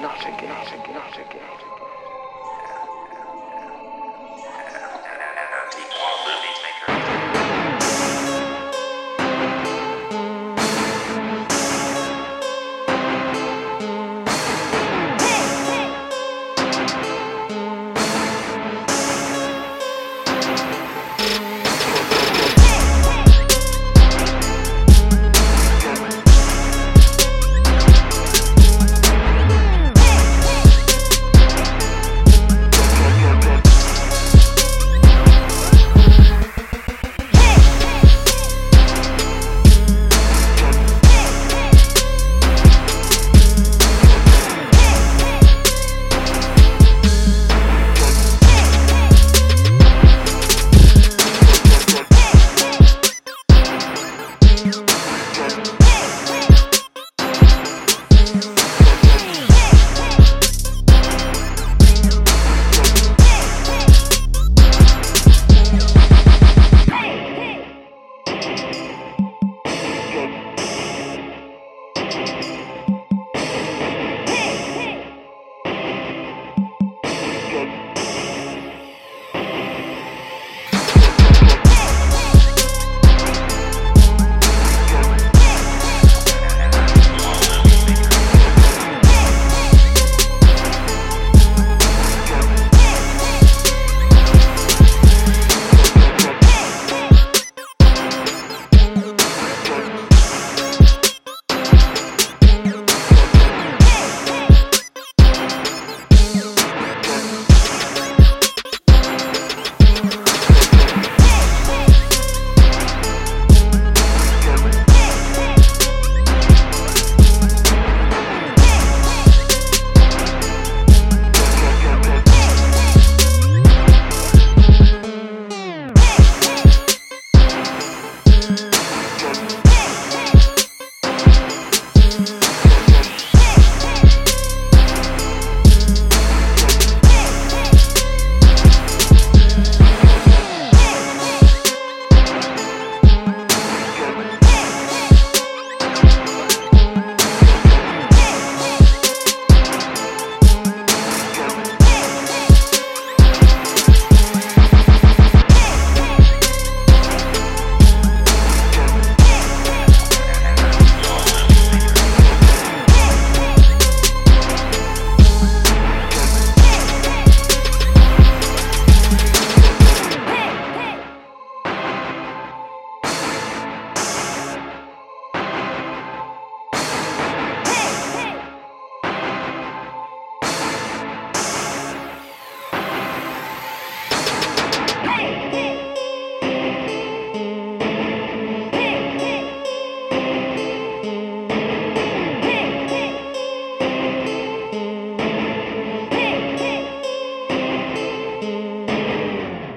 not again, not again, not again.